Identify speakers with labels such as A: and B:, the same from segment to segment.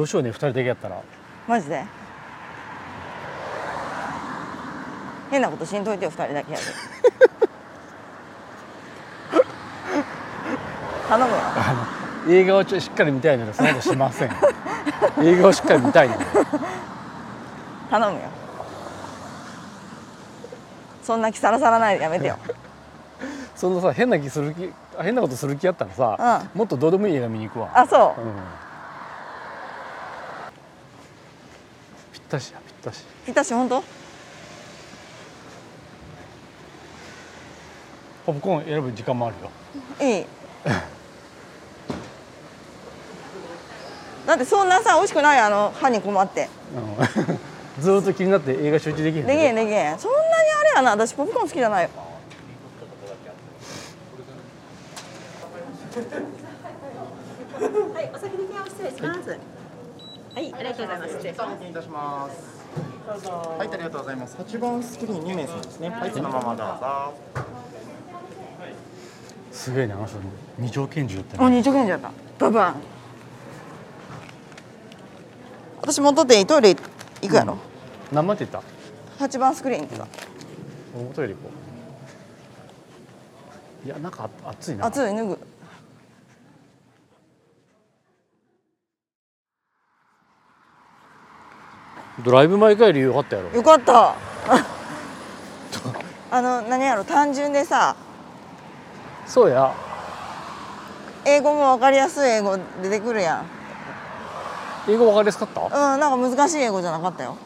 A: うしようね2人だけやったら
B: マジで変なことしんといてよ2人だけやで 頼むわ
A: 映画をちょしっかり見たいならそんなことしま せん映画をしっかり見たいなら
B: 頼むよそんな気さらさらないでやめてよ
A: そんなさ変な気する気変なことする気やったらさ、もっとどうでもいい映画見に行くわ
B: あそう、
A: うんぴったしやぴったし
B: ぴったし本当
A: ポップコーン選ぶ時間もあるよ
B: いいだってそんなさ美味しくないあの歯に困って
A: うんずーっと気になって映画集中できへん
B: できへんできへんそんなにあれやな私ポップコーン好きじゃないよ
C: はい、お先に提案失礼します。はい、ありがとうございます。失礼します。
D: お願いいたします。はい、ありがとうございます。八番スクリーン二名様ですね。はい、そのままどうぞ。
A: すげえねあの人二条拳銃やって
B: あ
A: ね
B: 二丁拳銃やったババン私戻っていいトイレ行くやろ、
A: 何番って言っ
B: 八8番スクリーンってさ
A: た元よりこういやなんかあ暑いな
B: 暑い脱ぐ
A: ドライブ前帰りよかったやろ
B: よかった あの何やろ単純でさ
A: そうや
B: 英語も分かりやすい英語出てくるやん
A: 英語わかりやすかった
B: うんなんか難しい英語じゃなかったよ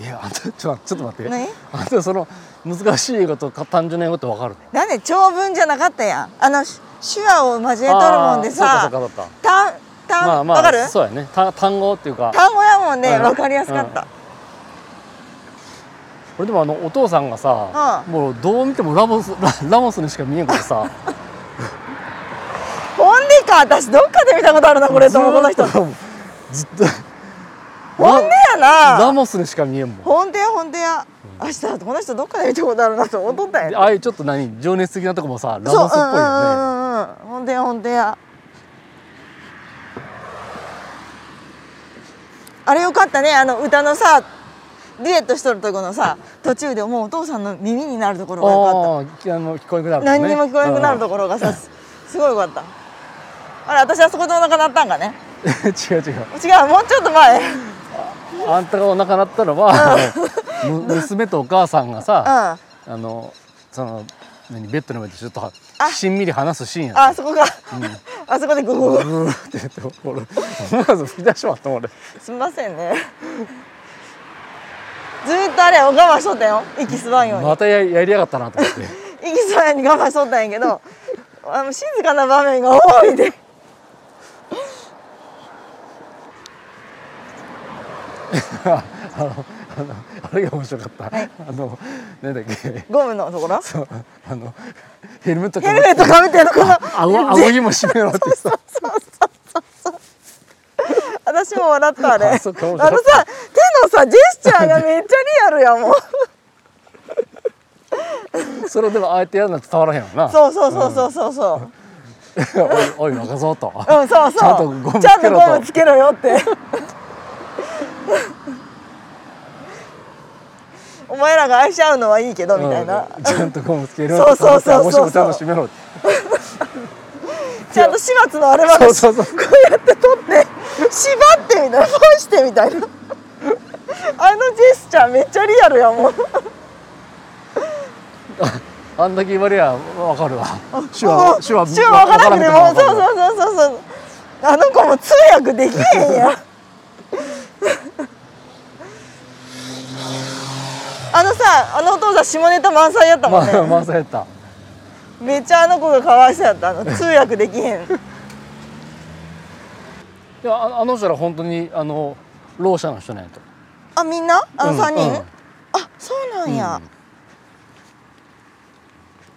A: いやあんたちょっとちょっと待って
B: 何
A: あんたその難しい英語とか単純な英語ってわかるの
B: なんで長文じゃなかったやんあのし手話を交えとるもんで
A: あ
B: さ
A: ーそうかそうかそうか
B: 単単、
A: まあまあ
B: 分かる
A: そうやねた単語っていうか
B: 単語やもんね
A: うん
B: 分かりやすかった、
A: 俺でもあのお父さんがさ、
B: う
A: もうどう見てもラモス ララモスにしか見えんから さ
B: ほんでか私どっかで見たことあるなこれと思うこの人
A: ずーっと ずっと
B: ほんでや
A: ラ
B: な
A: モスにしか見えんもん
B: ほんでやほんでや明日この人どっかで見たことあるなと思っとったんや
A: で
B: ね
A: ああいうちょっと何情熱的なとこもさラモスっぽい
B: そう、うんうんう
A: よね
B: んうん、ほんでやほんでや。あれよかったね、あの歌のさ、デュエットしとるとこのさ、途中でもうお父さんの耳になるところがよかっ
A: ああーあの聞こえなくなるとね
B: た。何にも聞こえなくなるところがさ、すすごいよかった。あれ、私はそこでお腹鳴ったんかね。
A: うん 違う違う
B: 違う、もうちょっと前。
A: あんたがお腹鳴ったのはむ娘とお母さんが
B: うん。
A: さ
B: あ、
A: あのその何ベッドの上でちょっと
B: あ
A: しんみり話すシーンやった
B: あそこが、あそこでグググ。
A: ブーって言って俺思わず吹き出しまったもん俺
B: すみませんね。 ずーっとあれ、お我慢しとったよ。息吸わんように。
A: またややりやがったなと思って
B: 息きそうやに我慢しとったんやけどあの静かな場面が多いで
A: あのあのあれが面白かった、あのなんだっけ
B: ゴムのところ
A: そうあのヘルメット
B: ヘルメットかぶってるところ
A: 顎顎ひも締めろってさ
B: 私も笑ったあれあ
A: あ
B: の
A: そう
B: さ手
A: か
B: の
A: もしれない
B: さジェスチャーがめっちゃリアルやもん
A: それでもあえてやるのは伝わらへんわな
B: そうそうそうそうそうそう
A: おいおい若そうと、
B: うんそうそう
A: ちゃんとゴムつけろと
B: ちゃんとゴムつけろよって お前らが愛し合うのはいいけどみたいな、
A: うんちゃんとゴムつける
B: そうそうそうそう
A: もしもちゃんと締めろって
B: ちゃんと始末のあれまで
A: そう
B: こ
A: そうそう
B: うやって取って縛ってみたいなファンしてみたいなあのジェスチャーめっちゃリアルやもん
A: あんだけ言われやわかるわ手
B: も
A: 話
B: う
A: 手話
B: 手話分からなくても
A: わ
B: う
A: からんけど
B: そうそうそうそうあの子も通訳できへんやんあのさあのお父さん下ネタ満載やったもんね、
A: まあまさやった
B: めっちゃあの子がかわいそうやった あの通訳できへん
A: いやああの人ら本当にあのろう者の人なんやと
B: あみんなあ
A: うん
B: の3人、
A: うん
B: あそうなんや、
A: うん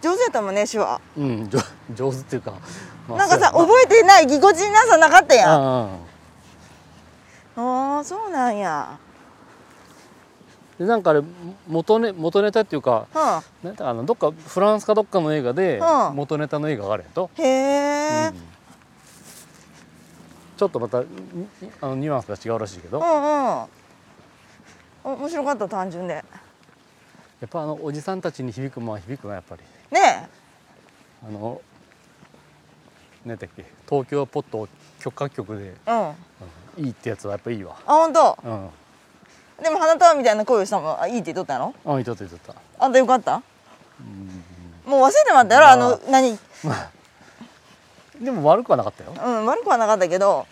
B: 上手やったもんね手話
A: うん、上上手っていうか、まあ
B: なんかさ
A: そう
B: 覚えてないぎこちなさなかった
A: や
B: やんあ
A: なうんうん
B: あーそうなんや
A: でなんかあれ元ネ元ネタっていうか
B: う
A: なんかあのどっかフランスかどっかの映画で
B: うん
A: 元ネタの映画があるやんと、
B: んへえ、
A: うんちょっとまたにあのニュアンスが違うらしいけど、
B: う
A: や
B: んうんお面白かった単純で
A: っぱあのおじさんたちに響くもんは響くなやっぱり
B: ね
A: あの何だっけ東京ポット曲歌曲で
B: えうんあ
A: あのいいってやつはやっぱいいわ
B: 本当
A: うん
B: でも花束みたいな声をしたのもあいいって言っとったの
A: あいとったいとった
B: あんたよかったもう忘れてもらったやろあの何
A: でも悪くはなかったよ
B: うん悪くはなかったけど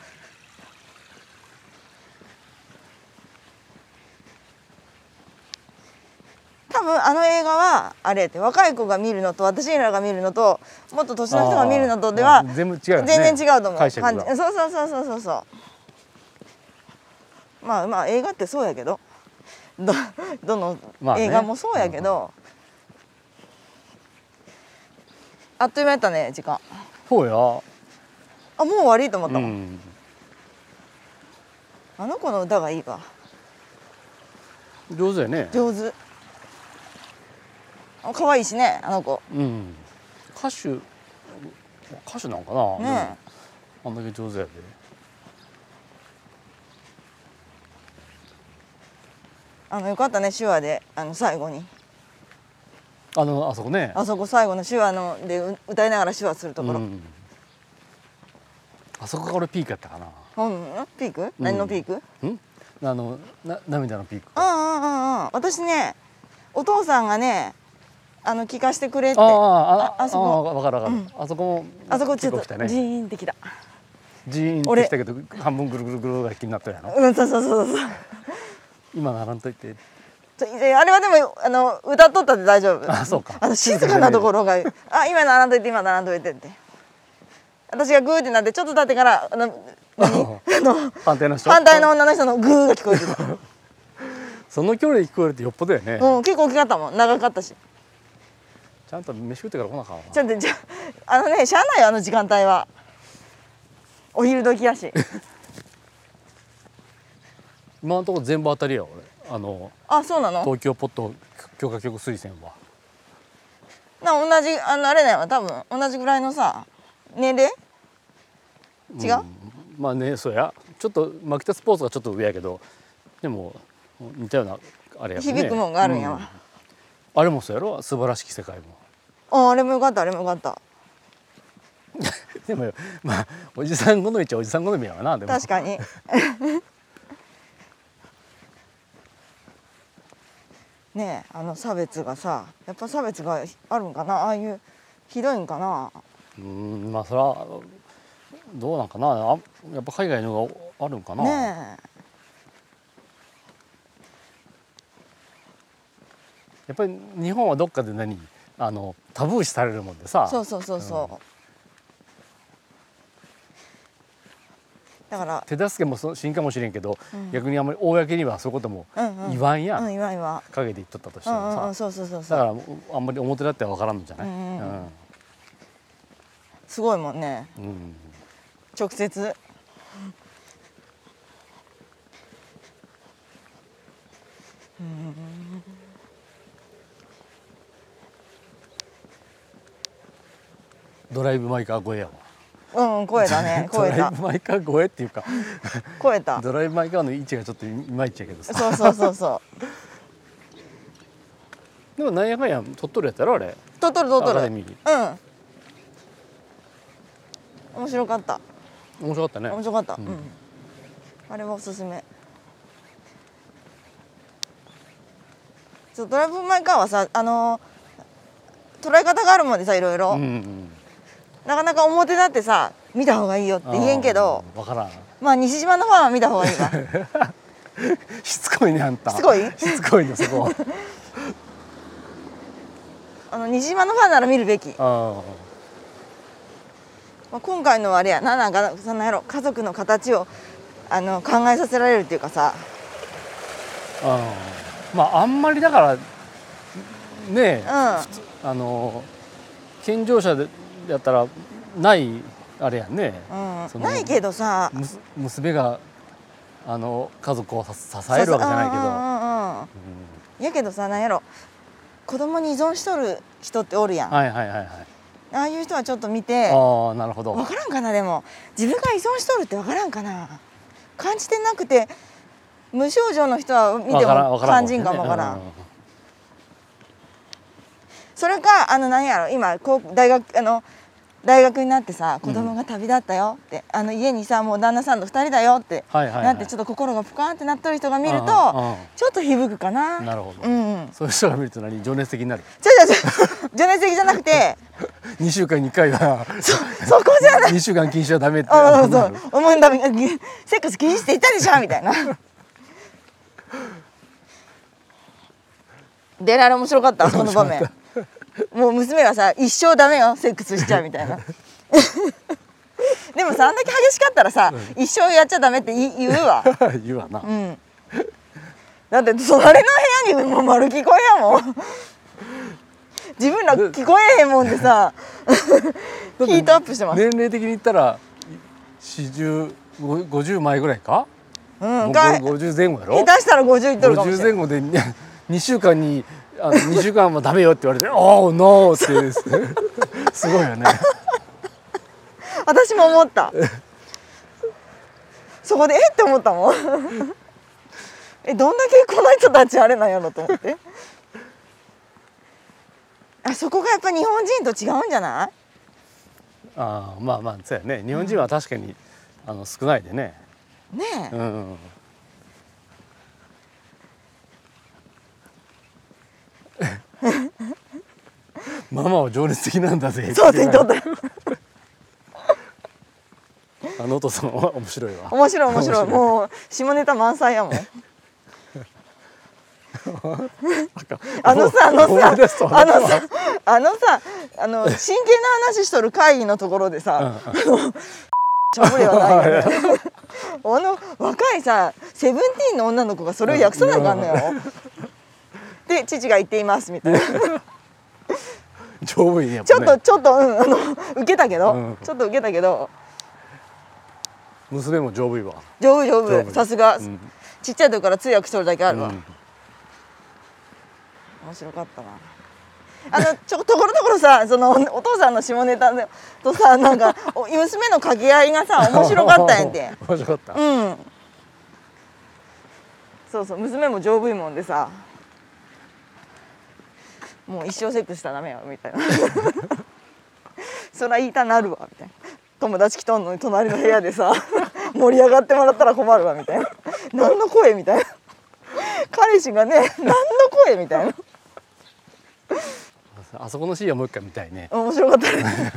B: 多分あの映画はあれやって若い子が見るのと私らが見るのともっと年の人が見るのとで
A: あ
B: は
A: ー全部違うよ
B: 全
A: ね
B: 然違うと思う、
A: 解釈が
B: 感じそうそうそうそうそうそうまあまあ映画ってそうやけどど どの
A: まあね
B: 映画もそうやけど、あっという間やったね時間
A: そうや
B: あもう終わりと思った
A: う
B: もん、
A: ん
B: あの子の歌がいいわ
A: 上手だよね
B: 上手あ可愛いしねあの子
A: うん歌手歌手なんかな、
B: ね
A: でもあんだけ上手やで
B: あのよかったね手話であの最後に
A: あのあそこね
B: あそこ最後の手話のでう歌いながら手話するところ、う
A: うんんあそこが俺ピークやったかな
B: ピーク何のピーク、
A: んあのな涙のピーク
B: うんうんうんうん私ねお父さんがねあの聞かしてくれって
A: あ
B: あ
A: あ
B: ああそこ
A: 分かる分かる、あそこも
B: そこちょ
A: 結
B: っ
A: 構
B: と
A: 来た
B: ジ
A: ね
B: ーンってきた、
A: ジーンって
B: 俺
A: きたけど半分ぐるぐるぐるが気になったやろ
B: うんそうそうそうそう
A: 今ならんといて
B: ちょいやあれはでもあの歌っとったで大丈夫
A: あそうか
B: あの静かなところが「あ今ならんといて今ならんといて」って私がグーってなってちょっと経ってからあの
A: 反対の人
B: 反対の女の人のグーが聞こえてた、
A: その距離で聞こえるってよっぽどよね、
B: うん、結構大きかったもん長かったし
A: ちゃんと飯食ってから来なあかんわ
B: ちょっとじゃあのねしゃあないよあの時間帯はお昼時やし
A: 今のところ全部当たりや俺あの
B: あそうなの
A: 東京ポット許可局推薦は
B: な同じあのあれだよ多分同じぐらいのさ年齢違う、
A: まあねそうやちょっとマキタスポーツがちょっと上やけどでも似たようなあれやね
B: 響くもんがあるんや
A: う
B: わ、
A: あれもそうやろ素晴らしき世界も
B: ああれもよかったあれもよかった
A: でもまあおじさん好みっちゃおじさん好みやわなでも
B: 確かに ねえあの差別がさやっぱ差別があるんかなああいうひどいんかな
A: うーんまあそれはどうなんかなあやっぱ海外のがあるんかな、
B: ね
A: やっぱり日本はどっかで何あのタブー視されるもんで
B: え
A: さ
B: そうそうそうそう、だから
A: 手助けもそしんかもしれんけど、
B: ん
A: 逆にあんまり公にはそういうことも
B: うんうん
A: 言わんやん、
B: うん今今
A: 陰で言っとったとして
B: う
A: も
B: ん
A: さ、
B: うんうんそうそうそうそ
A: だから
B: う
A: もうあんまり表立っては分からんのじゃない、
B: うんうんうん
A: うん
B: すごいもんね
A: うん
B: 直接
A: ドライブ・マイ・カー超えやわ
B: うん声だ ね
A: ド
B: 声
A: ラ
B: だ
A: イブ・マイ・カー超えっていうか
B: 声だ
A: ドライブ・マイ・カーの位置がちょっといまいちやけどさ
B: そうそうそうそ
A: でもなんやかんや鳥取やったろあれ
B: うとっとるとっと
A: ア
B: る
A: カデ
B: う
A: ミ
B: ん
A: ー
B: 面白かった
A: 面白かったね
B: 面白かった、
A: う
B: うんんあれはおすすめそうドライブ・マイ・カーはさあの捉え方があるもんでさいろいろ、
A: うんうん
B: なかなか表立ってさ見た方がいいよっ
A: う
B: て
A: ん
B: 言えんけど
A: 分からん
B: まあ西島のファンは見た方がいいわ
A: しつこいねあんた
B: しつこい
A: しつこいねそ こ
B: あの西島のファンなら見るべき、
A: は
B: まあ、今回のはあれやななんかそんなんやろ家族の形をあの考えさせられるっていうかさ
A: うんうんまああんまりだからねえ
B: う、ん
A: あの健常者でやったらないあれやんね、
B: う
A: そ
B: ん、
A: の
B: ないけどさ
A: むす娘があの家族をさ支えるわけじゃないけど、
B: ないけど、やけどさなんやろ子供に依存しとる人っておるやん、
A: はいはいはいはい
B: ああいう人はちょっと見て
A: ああなるほど
B: 分からんかなでも自分が依存しとるって分からんかな感じてなくて無症状の人は見ても感じんかも分からん
A: うん
B: それかあの何やろ今こう大学あの大学になってさ子供が旅立ったよって、あの家にさもう旦那さんと2人だよって、
A: はいはいはい
B: なってちょっと心がぷかんってなってる人が見ると
A: うんうんうん
B: ちょっと響くかな。
A: なるほど
B: うん、うん、
A: そういう人が見ると何情熱的になる
B: ちょちょちょ 情熱的じゃな くて
A: 2週間に1回は
B: そこじゃない
A: 2週間禁止はダメって
B: あそう
A: な
B: そう
A: る
B: お前ダメセックス禁止って言ったでしょみたいなであれ面白かったこの場面もう娘がさ一生ダメよセックスしちゃうみたいなでもさあんだけ激しかったらさ、一生やっちゃダメって言い言うわ
A: 言うわな
B: うんだって隣の部屋にもう丸聞こえやもん自分ら聞こえへんもんでさヒートアップしてます
A: 年齢的に言ったら40 50前ぐらいか
B: うん、が下
A: 50前後やろ
B: 手したら50いっとるかも
A: 50
B: しれ
A: 前
B: ない
A: 後で2週間にあの2週間はダメよって言われて「 おおノー」ってすごいよね
B: 私も思ったそこでえって思ったもんえどんだけこの人たちあれなんやろと思ってあそこがやっぱ日本人と違うんじゃない
A: あーまあまあそうやね日本人は確かに、あの少ないでね
B: ねえ、
A: うんうんうん ママは情熱的なんだぜって
B: そうって言っとったよ
A: あのお父さんは面白いわ
B: 面白い面白いもう下ネタ満載 やもんあのさあのさ
A: 思い出すと
B: あのさあのさあの真剣な話しとる会議のところでさ、しゃぶりはないよねあの若いさセブンティーンの女の子がそれを訳さないかんのよで父が言っていますみたいな
A: 丈夫いいねやっ
B: ち
A: ぱ
B: ょっ
A: ね
B: とちょっと、うん、あの受けたけど、
A: うん
B: ちょっと受けたけど
A: 娘も丈夫いいわ
B: 丈夫丈
A: 丈夫
B: 夫さすが、
A: うん
B: ちっちゃい時から通訳しとるだけあるわ、
A: うん
B: 面白かったなあのちょところどころさそのお父さんの下ネタとさなんかお娘の掛け合いがさ面白かったんやんて
A: 面白かった
B: うんそうそう娘も丈夫いもんでさもう一生セックスしたらダメよみたいな そら言いたなるわみたいな友達来とんのに隣の部屋でさ 盛り上がってもらったら困るわみたいな何の声みたいな彼氏がね何の声みたいな
A: あそこのシーンはもう一回見たいね
B: 面白かっ たね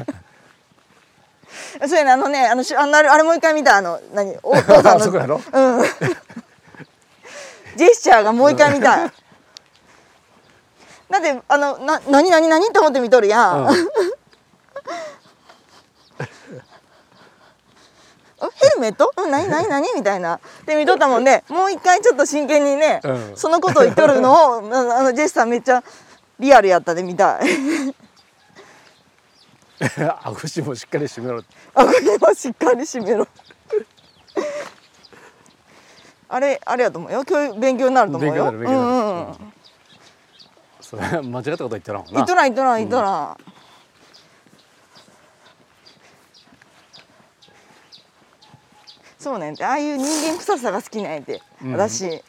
B: そうやねあのねあのしあのあれあれもう一回見たあの何お父さん
A: あ そこや
B: の
A: ろ
B: うんジェスチャーがもう一回見たい だってあのな何何何って思って見とるやん、
A: うん
B: お ヘルメット、うん、何何何みたいなで見とったもんねもう一回ちょっと真剣にね、
A: うん
B: そのことを言っとるのを あのあのジェスチャーめっちゃリアルやったで見たい
A: あごしもしっかりしてみろ
B: あこれはしっかり閉めろ あれあれやと思うよ教育勉強になると思うよ
A: 勉強になる勉強になる
B: うんうんうん
A: それ間違ったこと言ってなもん
B: い
A: な
B: っとらんいっとらんいっとらん、そうねんてああいう人間臭さが好きなんやて、私あ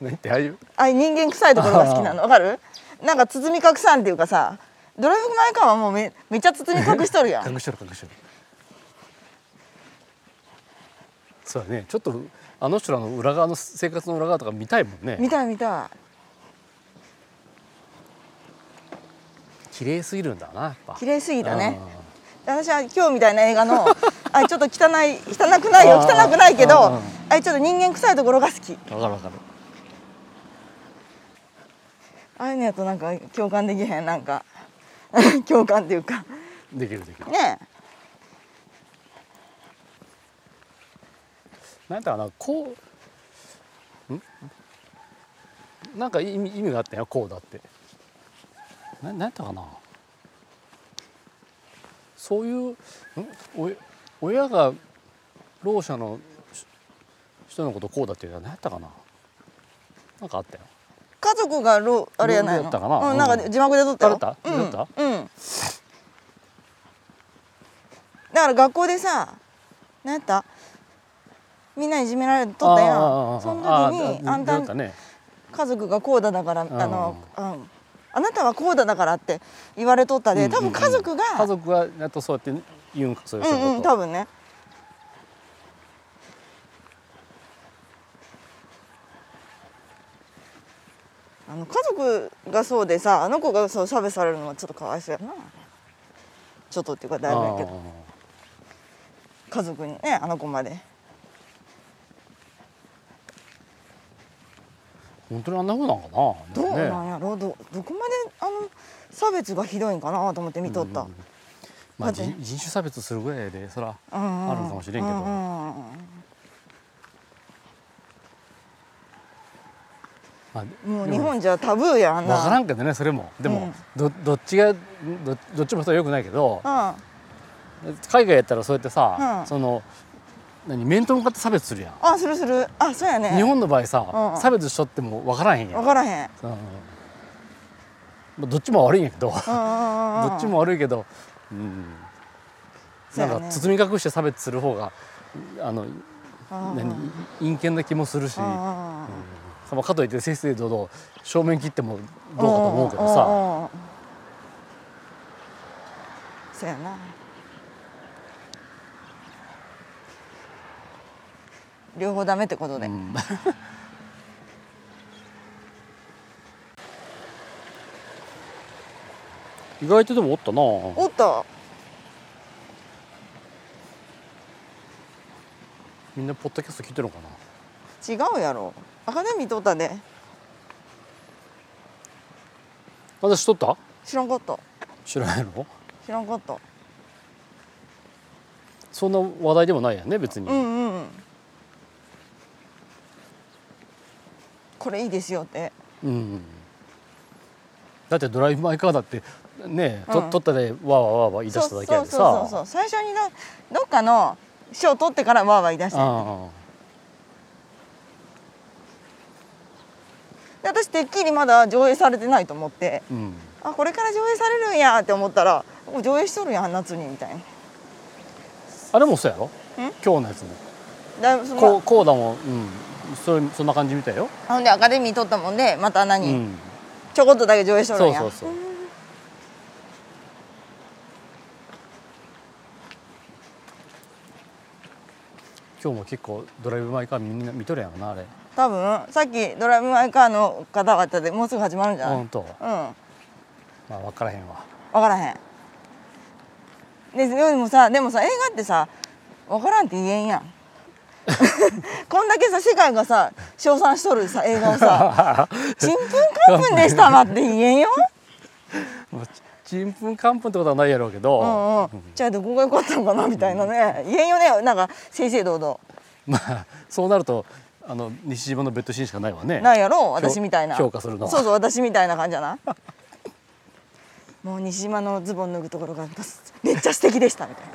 A: 何ってああいう
B: あいう人間臭いところが好き なのわかるなんか包み隠さんっていうかさドライブ・マイ・カーはもうめめっちゃ包み隠しとる やん
A: 隠してる隠してるそうだねちょっとあの人らの裏側の生活の裏側とか見たいもんね
B: 見たい見た
A: 綺麗すぎるんだなやっぱ
B: い綺麗すぎたね
A: あー
B: 私は今日みたいな映画の あちょっと汚い汚くないよ
A: あー
B: 汚くないけど
A: あー
B: ああちょっと人間臭いところが好き
A: わかるわかる
B: ああいうのやとなんか共感できへんなんか 共感っていうか
A: できるできる
B: ねえ
A: なんだろうなこうんなんか意味意味があったよこうだってななんだかなそういうんお親がろう者のし人のことこうだって言うのは何やったかななんかあったよ
B: 家族がロあれやないの
A: ローだったかな
B: うん、なん
A: う
B: か
A: ん
B: 字幕で撮った
A: 撮
B: よ
A: れた
B: うん
A: 撮れ
B: うんから学校でさ何やったみんないじめられてとったやんその時にあんた
A: たね
B: 家族がこうだだからあ
A: ん
B: の、うん、あなたはこうだだからって言われとったで多分家族が
A: 家族がやっとそうやって言うんかそういうそういううん
B: うん
A: こ
B: 多
A: と
B: 分ねあの家族がそうでさあの子がそう差別されるのはちょっとかわいそうやなちょっとっていうかだいぶやけど家族にねあの子まで
A: 本当にあんなふうなんかな
B: どう
A: ね
B: なんやろうどどこまであの差別がひどいんかなと思って見とった、
A: うんうんうんまあ、
B: だって
A: 人人種差別するぐらいでそら
B: あ
A: あるんかもしれんけどまあ
B: もう
A: で
B: 日本じゃタブーやんあんな
A: わからんけどねそれもでも、どどっちがどどっちも人はよくないけど
B: うん
A: 海外やったらそうやってさ、
B: うん
A: その何面と向かって差別するやん、
B: あするするあそうやね
A: 日本の場合さ、
B: うんうん
A: 差別しとっても分からへんやん
B: 分からへん
A: うんうんまあどっちも悪いんやけど、
B: うんうんうんうん
A: どっちも悪いけど、うん、
B: そう
A: なん
B: やね
A: か包み隠して差別する方があの
B: うんうん
A: 何陰険な気もするし、
B: うんうん
A: ま
B: うん
A: あかといって正々堂々正面切ってもどうかと思うけどさ、
B: んうんうんそうやな両方ダメってことで、
A: うん意外とでもおったな
B: おっと
A: みんなポッドキャスト聞いてるのかな
B: 違うやろアカデミー取ったで
A: 私とった
B: 知らんかった
A: 知らないの
B: 知らんかった
A: そんな話題でもないやんね別に、
B: うんうんうんこれいいですよって
A: うんだってドライブ・マイ・カーだってねえ、
B: うん
A: と撮ったでわーわーわーわー言い出しただけやでさ
B: そうそうそうそう最初になどっかの賞取ってからわーわー言い出して
A: あ
B: で私てっきりまだ上映されてないと思って
A: あうん
B: あこれから上映されるんやって思ったらもう上映しとるやん夏にみたいな
A: あれもそうやろ今日のやつも
B: だいぶそ
A: こう
B: の
A: こうだもん、うん、それそんな感じみたいよ、
B: ほんでアカデミー取ったもんでまた
A: う
B: 何、
A: ん、
B: ちょこっとだけ上映しとる
A: そ
B: ん
A: う
B: や
A: そうそう今日も結構ドライブ・マイ・カーみんな見とるやろなあれ
B: 多分さっきドライブ・マイ・カーの方々でもうすぐ始まるんじゃない、うん
A: 本、当
B: 分
A: まあ分からへんわ
B: からへんででもさでもさ映画ってさ分からんって言えんや んこんだけさ世界がさ称賛しとるさ映画を さちんぷんかんぷんでしたわって言えんよ
A: もうちちんぷんかんぷんってことはないやろうけど、
B: うんうん、じゃあどこが良かったのかなみたいなね、言えんよねなんか正々堂々
A: まあそうなるとあの西島のベッドシーンしかないわね
B: なんやろう私みたいな
A: 評価するのは
B: そうそう私みたいな感じやなもう西島のズボン脱ぐところがめっちゃ素敵でしたみたいな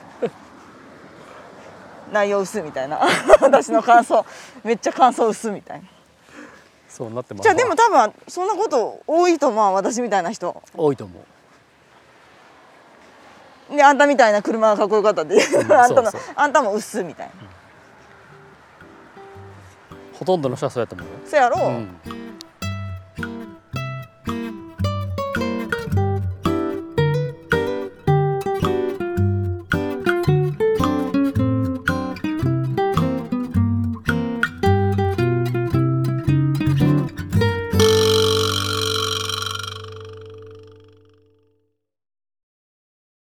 B: 内容薄みたいな 私の感想めっちゃ感想薄みたいな
A: そうなってます
B: じゃあでも多分そんなこと多いと思う私みたいな人
A: 多いと思う
B: であんたみたいな車がかっこよかったっていう、あんたの
A: そうそ
B: あんたも薄みたいな、
A: ほとんどの人はそうやと思うよ
B: そやろう、
A: うん